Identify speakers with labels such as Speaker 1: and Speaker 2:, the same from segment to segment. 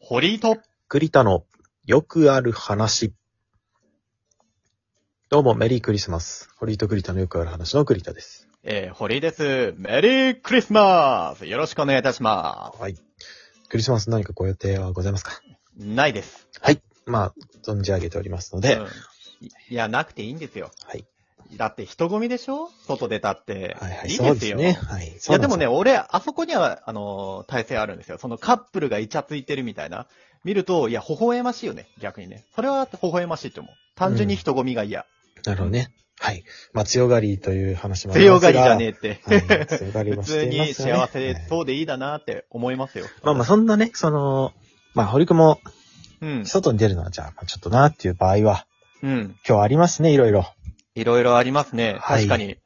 Speaker 1: 堀井と、
Speaker 2: 栗田のよくある話。どうも、メリークリスマス。堀井と栗田のよくある話の栗田です。
Speaker 1: えー、堀井です。メリークリスマスよろしくお願いいたしま
Speaker 2: はい。クリスマス何かご予定はございますか
Speaker 1: す。ないです。
Speaker 2: まあ、存じ上げておりますので。
Speaker 1: うんいいや、なくていいんですよ。
Speaker 2: はい。
Speaker 1: だって人混みでしょ外出たって。
Speaker 2: はいはい
Speaker 1: い
Speaker 2: そう
Speaker 1: で
Speaker 2: ですす
Speaker 1: よ。
Speaker 2: ね。はい。
Speaker 1: いや、でもね、
Speaker 2: そう
Speaker 1: 俺、あそこには、あのー、体制あるんですよ。そのカップルがイチャついてるみたいな。見ると、いや、微笑ましいよね。逆にね。それは微笑ましいと思う。単純に人混みが嫌。
Speaker 2: なんですよ。なるほどね。はい。まあ、強がりという話もあり
Speaker 1: 強
Speaker 2: ます
Speaker 1: が
Speaker 2: が。
Speaker 1: りじゃねえって。
Speaker 2: はい。強がり
Speaker 1: 普
Speaker 2: もし
Speaker 1: 通
Speaker 2: ています、ね。
Speaker 1: に幸せ
Speaker 2: はい
Speaker 1: そうでいいだなって思いますよ。
Speaker 2: まあまあ、そんなね、その、まあ、堀くんも、
Speaker 1: うん。
Speaker 2: 外に出るのは、じゃあ、まあちょっとなっていう場合は、
Speaker 1: うん。
Speaker 2: 今日ありますね、いろいろ。
Speaker 1: いろいろありますね。
Speaker 2: はい
Speaker 1: 確かに。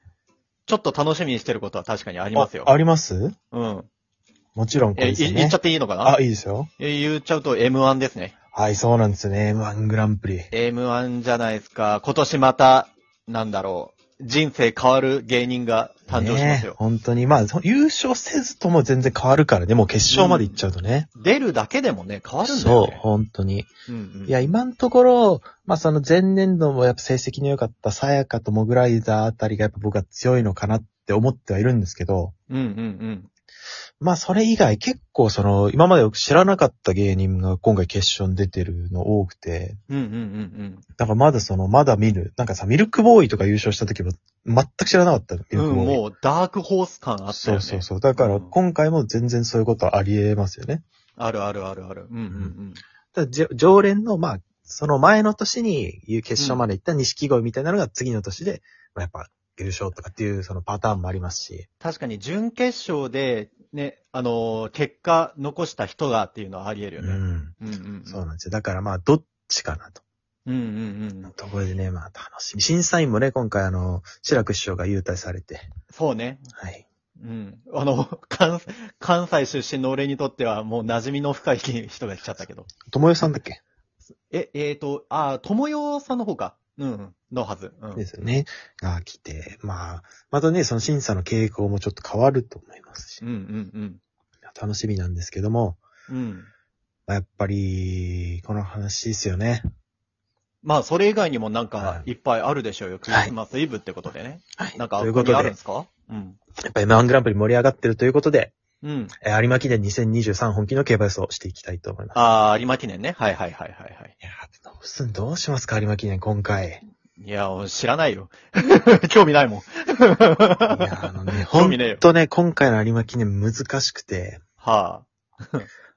Speaker 1: ちょっと楽しみにしてることは確かにあ
Speaker 2: あ
Speaker 1: りますよ。
Speaker 2: あります
Speaker 1: うん。
Speaker 2: もちろんこれ
Speaker 1: え、
Speaker 2: ですよ
Speaker 1: い
Speaker 2: ね。
Speaker 1: 言っちゃっていいのかな
Speaker 2: あ、いいですよ。
Speaker 1: え言っちゃうと M1 ですね。
Speaker 2: はい、そうなんですよね。M1 グランプリ。
Speaker 1: M1 じゃないですか。今年また、なんだろう。人生変わる芸人が誕生します
Speaker 2: ねえ
Speaker 1: よ。
Speaker 2: 本当に。まあ、そ優勝せずとも全然変わるからね。もう決勝まで行っちゃうとね。
Speaker 1: 出るだけでもね、変わるんだよ
Speaker 2: そう、
Speaker 1: ね。
Speaker 2: 本当に。
Speaker 1: そう。うんうん、
Speaker 2: いや、今のところ、まあその前年度もやっぱ成績の良かったさやかとモグライダーあたりがやっぱ僕は強いのかなって思ってはいるんですけど、
Speaker 1: うんうんうん。
Speaker 2: まあそれ以外結構その、今までよく知らなかった芸人が今回決勝に出てるの多くて、
Speaker 1: うんうんうん
Speaker 2: だからまだその、まだ見る、なんかさ、ミルクボーイとか優勝した時も全く知らなかった。ミ
Speaker 1: う
Speaker 2: ル
Speaker 1: ん。
Speaker 2: ク
Speaker 1: うん、
Speaker 2: ボーイ。
Speaker 1: もうダークホース感あった
Speaker 2: そ
Speaker 1: よ
Speaker 2: う
Speaker 1: ね。
Speaker 2: そうそう。だから今回も全然そういうことはありえますよね。
Speaker 1: あるあるあるある。うんうんうん。
Speaker 2: ただじょ常連の、まあ、その前の年にいう決勝まで行った錦鯉みたいなのが次の年で、まあ、やっぱ優勝とかっていうそのパターンもありますし。
Speaker 1: 確かに準決勝で、ね、あのー結果残した人がっていうのはあり得るよね。
Speaker 2: ん。
Speaker 1: うんうん。
Speaker 2: そうなんですよ。だからまあ、どっちかなと。
Speaker 1: うんうんうん。
Speaker 2: ところでね、まあ楽しみ。審査員もね、今回あの、白く師匠が優待されて。
Speaker 1: そうね。
Speaker 2: はい。
Speaker 1: うん。あの、関、関西出身の俺にとってはもう馴染みの深い人が来ちゃったけど。
Speaker 2: 友よさんだっけ、
Speaker 1: え、えーと、あー、ともよさんの方か。うんうん。のはず。うん。
Speaker 2: ですよね。が来て。まあ、またね、その審査の傾向もちょっと変わると思いますし
Speaker 1: う。んうん
Speaker 2: 楽しみなんですけども。
Speaker 1: うん。うん。
Speaker 2: まあやっぱり、この話ですよね。
Speaker 1: まあ、それ以外にもなんか
Speaker 2: はい
Speaker 1: いっぱいあるでしょうよ。クリスマスイブってことでね。
Speaker 2: はい
Speaker 1: なんか、
Speaker 2: というこ
Speaker 1: 他
Speaker 2: とで、
Speaker 1: にあ
Speaker 2: や
Speaker 1: るん
Speaker 2: っ
Speaker 1: ですかうん。
Speaker 2: ぱ M1 グランプリ盛り上がってるということで、
Speaker 1: うん。
Speaker 2: えー有馬記念2023本気の競馬予想をしていきたいと思います。
Speaker 1: あー、有馬記念ね。はいはいはいはいはい。
Speaker 2: いやーどうすん、どうしますか、有馬記念、今 回。
Speaker 1: いや、知らないよ。 興味ないもん。
Speaker 2: いやー、あのね、
Speaker 1: 興
Speaker 2: ほ
Speaker 1: 味ねえよ
Speaker 2: んとね、今回の有馬記念難しくて、
Speaker 1: は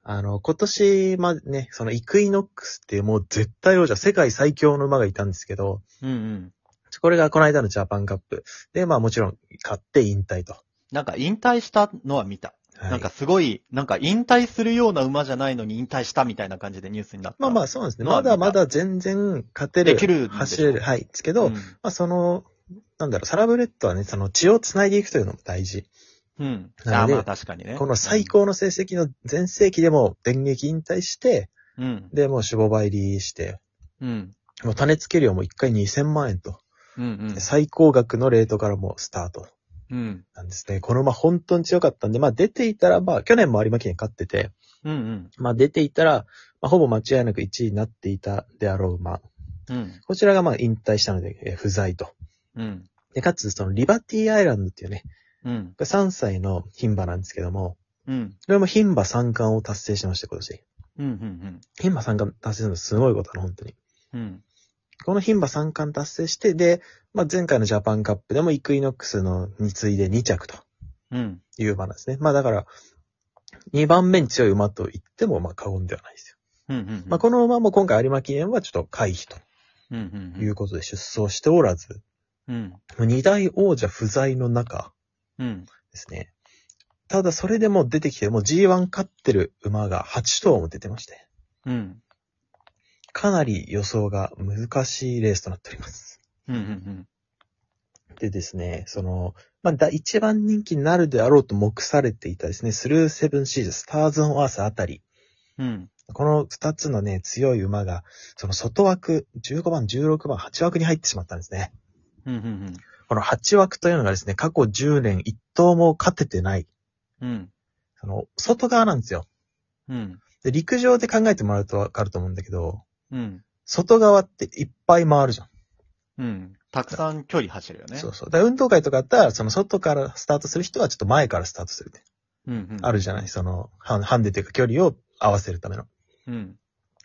Speaker 2: あの、今年、ま、ね、そのイクイノックスっていうもう絶対王者、世界最強の馬がいたんですけど、
Speaker 1: あ。うんうん。
Speaker 2: これがこの間のジャパンカップ。で、まあもちろん、勝って引退と。
Speaker 1: なんか引退したのは見た。
Speaker 2: はい
Speaker 1: なんかすごい、なんか引退するような馬じゃないのに引退したみたいな感じでニュースになった。
Speaker 2: まあまあそうなんですね。
Speaker 1: まあ
Speaker 2: まだまだ全然勝てる。
Speaker 1: できるんでしょ
Speaker 2: 走れる。はい。ですけど、
Speaker 1: う
Speaker 2: ま
Speaker 1: ん。
Speaker 2: あその、なんだろう、サラブレッドはね、その血を繋いでいくというのも大事。
Speaker 1: うん。
Speaker 2: な
Speaker 1: あ
Speaker 2: ので
Speaker 1: まあ確かにね。
Speaker 2: この最。高の成績の全盛期でも電撃引退して、
Speaker 1: うん。
Speaker 2: で、もう脂肪倍入りして、
Speaker 1: うん。
Speaker 2: もう種付け量も1回2000万円と、
Speaker 1: うん。うん。
Speaker 2: 最高額のレートからもスタート
Speaker 1: うん。
Speaker 2: なんですね。この馬本当に強かったんで、まあ出ていたら、まあ去年も有馬記念勝ってて、
Speaker 1: うん。うん。
Speaker 2: まあ出ていたら、まあほぼ間違いなく1位になっていたであろう馬。
Speaker 1: うん。
Speaker 2: こちらがまあ引退したので、えー不在と。
Speaker 1: うん。
Speaker 2: で、かつ、その、リバティアイランドっていうね、
Speaker 1: うん。
Speaker 2: これ3歳の牝馬なんですけども、
Speaker 1: うん。
Speaker 2: これも牝馬三冠を達成しました、今年。
Speaker 1: うん。うん。
Speaker 2: 牝馬三冠達成するのすごいことなの、本当に。
Speaker 1: うん。
Speaker 2: この牝馬三冠達成して、で、まあ、前回のジャパンカップでもイクイノックスのに次いで2着と
Speaker 1: うん。
Speaker 2: いう馬なんですね。まあ、だから、2番目に強い馬と言っても、まあ、過言ではないです
Speaker 1: う
Speaker 2: よ。
Speaker 1: ん。
Speaker 2: まあ、この馬も今回有馬記念はちょっと回避と
Speaker 1: うん。う
Speaker 2: い
Speaker 1: ん。
Speaker 2: うことで出走しておらず、
Speaker 1: うん。
Speaker 2: 2大王者不在の中、
Speaker 1: うん。
Speaker 2: ですね。ただそれでも出てきて、もう G1 勝ってる馬が8頭も出てまして、
Speaker 1: うん。
Speaker 2: かなり予想が難しいレースとなっております。
Speaker 1: うん。うん。
Speaker 2: でですね、その、まあ、だ一番人気になるであろうと目されていたですね、スルーセブンシーズ、スターズ・オン・アースあたり、
Speaker 1: うん。
Speaker 2: この2つのね、強い馬が、その外枠、15番、16番、8枠に入ってしまったんですね。
Speaker 1: うん。うん。
Speaker 2: この8枠というのがですね、過去10年1頭も勝ててない、
Speaker 1: うん。
Speaker 2: その、外側なんですよ。
Speaker 1: うん。
Speaker 2: で、陸上で考えてもらうとわかると思うんだけど、
Speaker 1: うん。
Speaker 2: 外側っていっぱい回るじゃん。
Speaker 1: うん。たくさん距離走るよね。
Speaker 2: そうそう。だから運動会とかだったら、その外からスタートする人はちょっと前からスタートするね。
Speaker 1: うん、うん。
Speaker 2: あるじゃないその、ハンハンデというか距離を合わせるための。
Speaker 1: うん。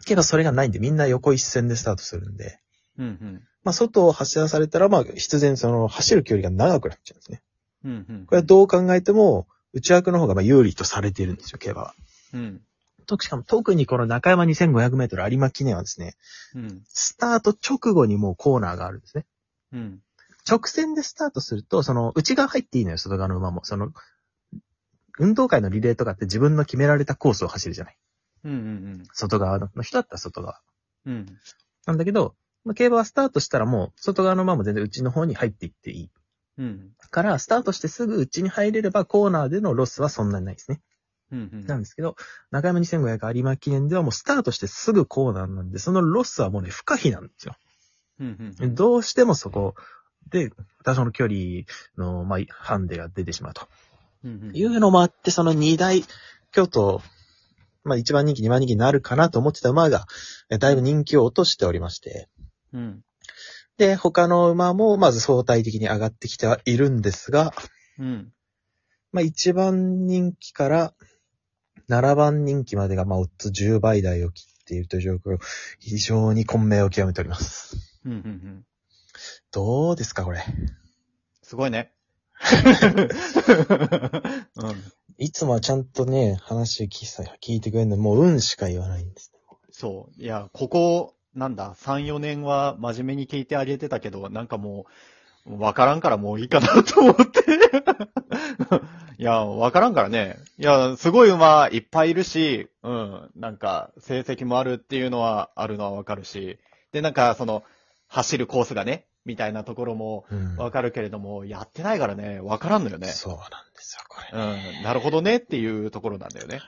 Speaker 2: けどそれがないんで、みんな横一線でスタートするんで、
Speaker 1: うん、うん。
Speaker 2: まあ外を走らされたら、まあ必然その走る距離が長くなっちゃうんですね。
Speaker 1: うん、うん。
Speaker 2: これはどう考えても、内枠の方がまあ有利とされているんですよ、競馬は。
Speaker 1: うん。
Speaker 2: と、しかも特にこの中山2500メートル有馬記念はですね、
Speaker 1: うん。
Speaker 2: スタート直後にもうコーナーがあるんですね。
Speaker 1: うん。
Speaker 2: 直線でスタートすると、その内側入っていいのよ、外側の馬も。その、運動会のリレーとかって自分の決められたコースを走るじゃない。
Speaker 1: うん、うん。
Speaker 2: 外側の人だったら外側。
Speaker 1: うん。
Speaker 2: なんだけど、まあ、競馬はスタートしたらもう、外側の馬も全然内の方に入っていっていい。
Speaker 1: うん。
Speaker 2: から、スタートしてすぐ内に入れればコーナーでのロスはそんなにないですね。
Speaker 1: うん。
Speaker 2: なんですけど、中山2500有馬記念ではもうスタートしてすぐコーナーなんで、そのロスはもうね、不可避なんですよ。
Speaker 1: うん。
Speaker 2: どうしてもそこで、多少の距離の、まあ、ハンデが出てしまうと。
Speaker 1: うん。
Speaker 2: いうのもあって、その二大京都、まあ一番人気、二番人気になるかなと思ってた馬が、えだいぶ人気を落としておりまして、
Speaker 1: うん。
Speaker 2: で、他の馬もまず相対的に上がってきてはいるんですが、
Speaker 1: うん。
Speaker 2: まあ一番人気から7番人気までがまあオッズ10倍台を切っているという状況、非常に混迷を極めております。
Speaker 1: うん。うん。
Speaker 2: どうですか、これ。
Speaker 1: すごいね。うん。
Speaker 2: いつもはちゃんとね、話聞いて聞いてくれるのに、もう運しか言わないんですね。
Speaker 1: そう。いや、ここ、なんだ、3、4年は真面目に聞いてあげてたけど、なんかもう、わからんからもういいかなと思って。 いや、わからんからね。いや、すごい馬いっぱいいるし、うん、なんか、成績もあるっていうのは、あるのはわかるし。で、なんか、その、走るコースがね、みたいなところも
Speaker 2: うん
Speaker 1: わかるけれども、やってないからね、わからんのよね。
Speaker 2: そうなんですよ、これ。
Speaker 1: うん、なるほどねっていうところなんだよね。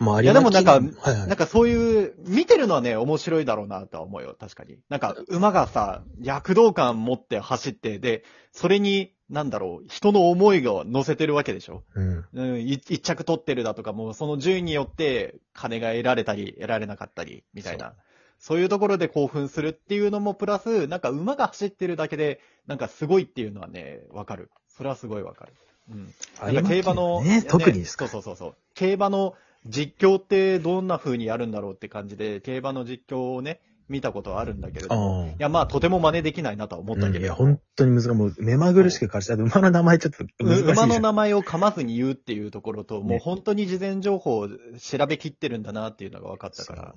Speaker 2: まあ、
Speaker 1: いやでもなんか
Speaker 2: 有馬記念はいはい
Speaker 1: なんかそういう、見てるのはね、面白いだろうなとは思うよ、確かに。なんか、馬がさ、躍動感持って走って、で、それに、なんだろう、人の思いが乗せてるわけでしょ
Speaker 2: うん。
Speaker 1: うん、い一着取ってるだとか、もうその順位によって、金が得られたり、得られなかったり、みたいな。そういうところで興奮するっていうのもプラス、なんか馬が走ってるだけで、なんかすごいっていうのはね、わかる。それはすごいわかる。うん。なんか競馬の、
Speaker 2: ね、特にですか。
Speaker 1: そうそうそうそう。競馬の実況ってどんな風にやるんだろうって感じで、競馬の実況をね、見たことはあるんだけれども、
Speaker 2: あ
Speaker 1: いや、まあ、とても真似できないなとは思
Speaker 2: あ。
Speaker 1: ったけれど
Speaker 2: い
Speaker 1: も、
Speaker 2: や、本当に難しい。もう、目まぐるしく感じた。馬の名前ちょっと難しいじゃん。
Speaker 1: 馬の名前を噛まずに言うっていうところと、もう
Speaker 2: ね
Speaker 1: 本当に事前情報を調べきってるんだなっていうのが分かったから、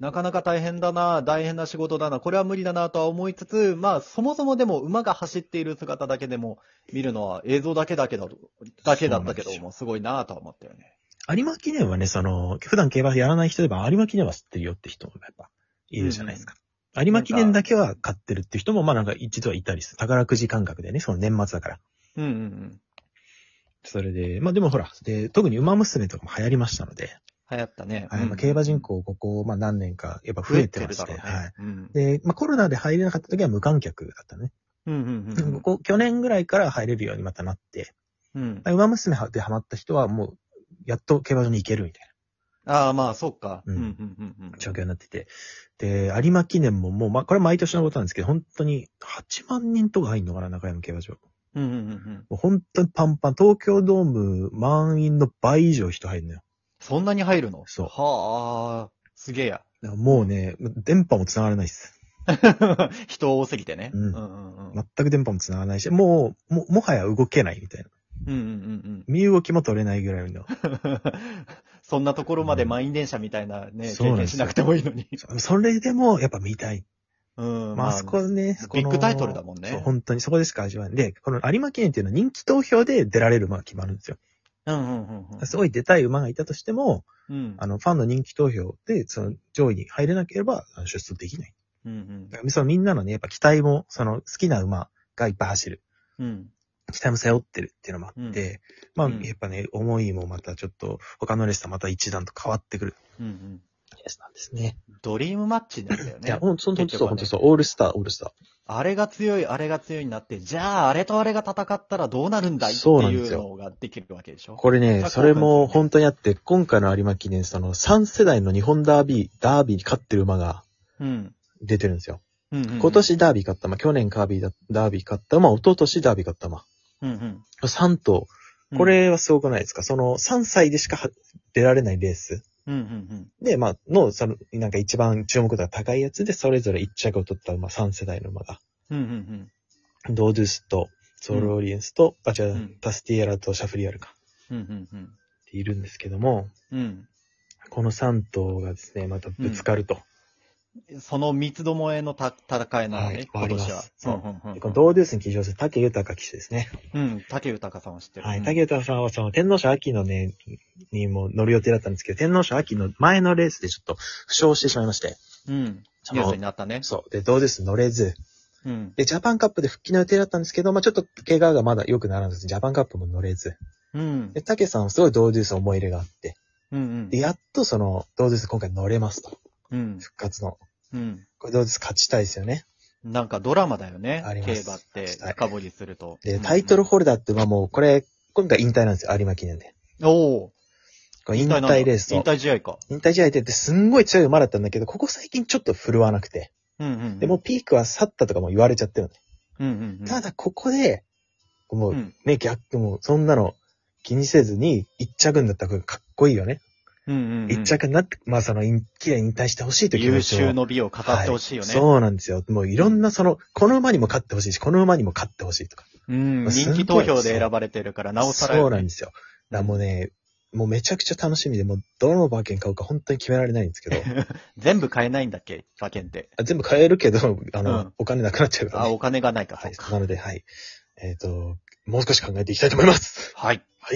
Speaker 1: なかなか大変だな、大変な仕事だな、これは無理だなとは思いつつ、まあそもそもでも馬が走っている姿だけでも見るのは映像だけだけだと、だけだったけ
Speaker 2: そうなんです
Speaker 1: ど
Speaker 2: よ
Speaker 1: も、すごいなとは思ったよね。
Speaker 2: 有馬記念はね、その、普段競馬やらない人でも有馬記念は知ってるよって人もやっぱ、いるじゃないですか。有馬記念だけは買ってるって人も、まあなんか、実はいたりする。宝くじ感覚でね、その年末だから。
Speaker 1: うんうんうん。
Speaker 2: それで、まあでもほら、で、特に馬娘とかも流行りましたので、
Speaker 1: 流行ったね。
Speaker 2: はいまあ、競馬人口ここ、まあ何年か、やっぱ増えてますね。はい。
Speaker 1: うん
Speaker 2: で、まあコロナで入れなかった時は無観客だったね。
Speaker 1: うんうんうん。
Speaker 2: ここ去年ぐらいから入れるようにまたなって、
Speaker 1: うん。
Speaker 2: 馬娘でハマった人はもう、やっと競馬場に行けるみたい
Speaker 1: ああ、まあ、そっか。
Speaker 2: うん
Speaker 1: うんうんうん
Speaker 2: な状況になってて。で、有馬記念ももう、まあ、これ毎年のことなんですけど、本当に8万人とか入んのかな、中山競馬場。
Speaker 1: うんうんうんうん。
Speaker 2: もう本当にパンパン、東京ドーム満員の倍以上人入るのよ。
Speaker 1: そんなに入るの
Speaker 2: そう
Speaker 1: はあ、すげえや。
Speaker 2: だからもうね、電波も繋がらないです。
Speaker 1: 人多すぎてね。
Speaker 2: うん
Speaker 1: うんうんうん。
Speaker 2: 全く電波も繋がらないし、もう、も、もはや動けないみたいな。
Speaker 1: うんうん
Speaker 2: 身動きも取れないぐらいの。
Speaker 1: うん うん。そんなところまで満員電車みたいなね、
Speaker 2: そ
Speaker 1: 経
Speaker 2: うなんで
Speaker 1: 験
Speaker 2: す
Speaker 1: し
Speaker 2: よ
Speaker 1: なくてもいいのに。
Speaker 2: そ それでも、やっぱ見たい。
Speaker 1: うん。
Speaker 2: まあ、あそこね、そこの
Speaker 1: ビッグタイトルだもんね
Speaker 2: そう、本当にそこでしか味わえない。で、この有馬記念っていうのは人気投票で出られる馬が決まるんですよ。
Speaker 1: うんうんうんうん。
Speaker 2: すごい出たい馬がいたとしても、
Speaker 1: うん。
Speaker 2: あの、ファンの人気投票で、その上位に入れなければあの出走できない。
Speaker 1: うん
Speaker 2: だからそのみんなのね、やっぱ期待も、その好きな馬がいっぱい走る。
Speaker 1: うん。うん。
Speaker 2: 期待も背負ってるっていうのもあって、まあ、
Speaker 1: うん
Speaker 2: やっぱね、思いもまたちょっと、他のレースとまた一段と変わってくる。
Speaker 1: うんうん。
Speaker 2: ースなんですね。
Speaker 1: ドリームマッチなんだよ
Speaker 2: いや、
Speaker 1: ね。
Speaker 2: ほんと、ほんと
Speaker 1: 結
Speaker 2: そ
Speaker 1: 局はね
Speaker 2: う、ほんとそう、オールスター、オールスタ
Speaker 1: あれが強い、あれが強いになって、じゃあ、あれとあれが戦ったらどうなるんだいって
Speaker 2: そうなんで
Speaker 1: い
Speaker 2: す
Speaker 1: う
Speaker 2: よ
Speaker 1: のができるわけでし
Speaker 2: ー。
Speaker 1: ょ
Speaker 2: これね、
Speaker 1: あ
Speaker 2: それ
Speaker 1: そうな
Speaker 2: も
Speaker 1: んですね
Speaker 2: 本当にあって、今回の有馬記念、その3世代の日本ダービー、ダービーに勝ってる馬が
Speaker 1: うん。
Speaker 2: 出てるんですよ。
Speaker 1: うんうんうん
Speaker 2: 今、年ダービー勝った馬、去年カービーだダービー勝った馬、一昨年ダービー勝った馬。
Speaker 1: うんうん
Speaker 2: 3頭。
Speaker 1: うん
Speaker 2: こ、れはすごくないですか、その3歳でしかは出られないレース。
Speaker 1: うんうん
Speaker 2: で、まあ、の、その、なんか一番注目度が高いやつで、それぞれ1着を取った馬、3世代の馬が。
Speaker 1: うん。うんうん
Speaker 2: ドードゥスと、ソウルオリエンスと、あ、違う、
Speaker 1: うん
Speaker 2: タスティエラとシャフリアルか。
Speaker 1: うん。うんうん
Speaker 2: っているんですけども、
Speaker 1: うん。
Speaker 2: この3頭がですね、またぶつかると。
Speaker 1: うん。その三つどもえのた戦いなのね、
Speaker 2: はい
Speaker 1: 今
Speaker 2: わか
Speaker 1: 年
Speaker 2: りま
Speaker 1: は
Speaker 2: す。そう
Speaker 1: うんうんうん
Speaker 2: でこのドードゥスに起乗する竹豊騎手ですね。
Speaker 1: うん、竹豊さんは知ってる。
Speaker 2: はい。
Speaker 1: うん
Speaker 2: 竹豊さんはその天皇賞秋のね、にも乗る予定だったんですけど、天皇賞秋の前のレースでちょっと負傷してしまいまして、
Speaker 1: うん。
Speaker 2: そ
Speaker 1: ニュース
Speaker 2: の
Speaker 1: に、なったね。
Speaker 2: そう。で、ドードゥス乗れず、
Speaker 1: うん。
Speaker 2: で、ジャパンカップで復帰の予定だったんですけど、まあちょっと怪我がまだ良くならず、ジャパンカップも乗れず、
Speaker 1: うん
Speaker 2: で、。竹さんはすごいドードゥース思い入れがあって、
Speaker 1: うんうん
Speaker 2: で、。やっとその、ドードゥース今回乗れますと。
Speaker 1: うん。
Speaker 2: 復活の。
Speaker 1: うん。
Speaker 2: これドードゥース勝ちたいですよね。
Speaker 1: なんかドラマだよね
Speaker 2: あり。ま
Speaker 1: 競
Speaker 2: す
Speaker 1: 馬って
Speaker 2: したい
Speaker 1: 深掘りすると。
Speaker 2: で、タイトルホルダーってまあもう、これ、今回引退なんですよ、有馬記念で。
Speaker 1: うんおー
Speaker 2: これ引退レース
Speaker 1: 引
Speaker 2: と。
Speaker 1: 退試合か。
Speaker 2: 引退試合ってってすんごい強い馬だったんだけど、ここ最近ちょっと振るわなくて。
Speaker 1: うんうんうん。
Speaker 2: で、もう、ピークは去ったとかも言われちゃってるのね。
Speaker 1: うんうんうん。
Speaker 2: ただ、ここで、も
Speaker 1: う、
Speaker 2: うんね、逆、もう、そんなの気にせずに、一着になったらかっこいいよね。
Speaker 1: うんうんうん。
Speaker 2: 一着になって、まあその、引綺麗に引退してほしいという気
Speaker 1: 優
Speaker 2: 持ちを。
Speaker 1: 秀の美を語ってほしいよね。
Speaker 2: はそうなんですよ。もういろんなその、この馬にも勝ってほしいし、この馬にも勝ってほしいとか。
Speaker 1: うん。
Speaker 2: まあす
Speaker 1: 人
Speaker 2: ごい
Speaker 1: 気投票で選ばれてるから、なおさら。
Speaker 2: そうなんですよ。だからもうね、もうめちゃくちゃ楽しみで、もうどの馬券買うか本当に決められないんです けど、
Speaker 1: 全部買えないんだっけ馬券って。
Speaker 2: あ全部買えるけど、あの、
Speaker 1: うん
Speaker 2: お金なくなっちゃうから、
Speaker 1: あ、
Speaker 2: ね。
Speaker 1: お金がないか、
Speaker 2: は
Speaker 1: そう
Speaker 2: い。
Speaker 1: か。
Speaker 2: なので、はい。えっ、と、もう少し考えていきたいと思います。
Speaker 1: はい。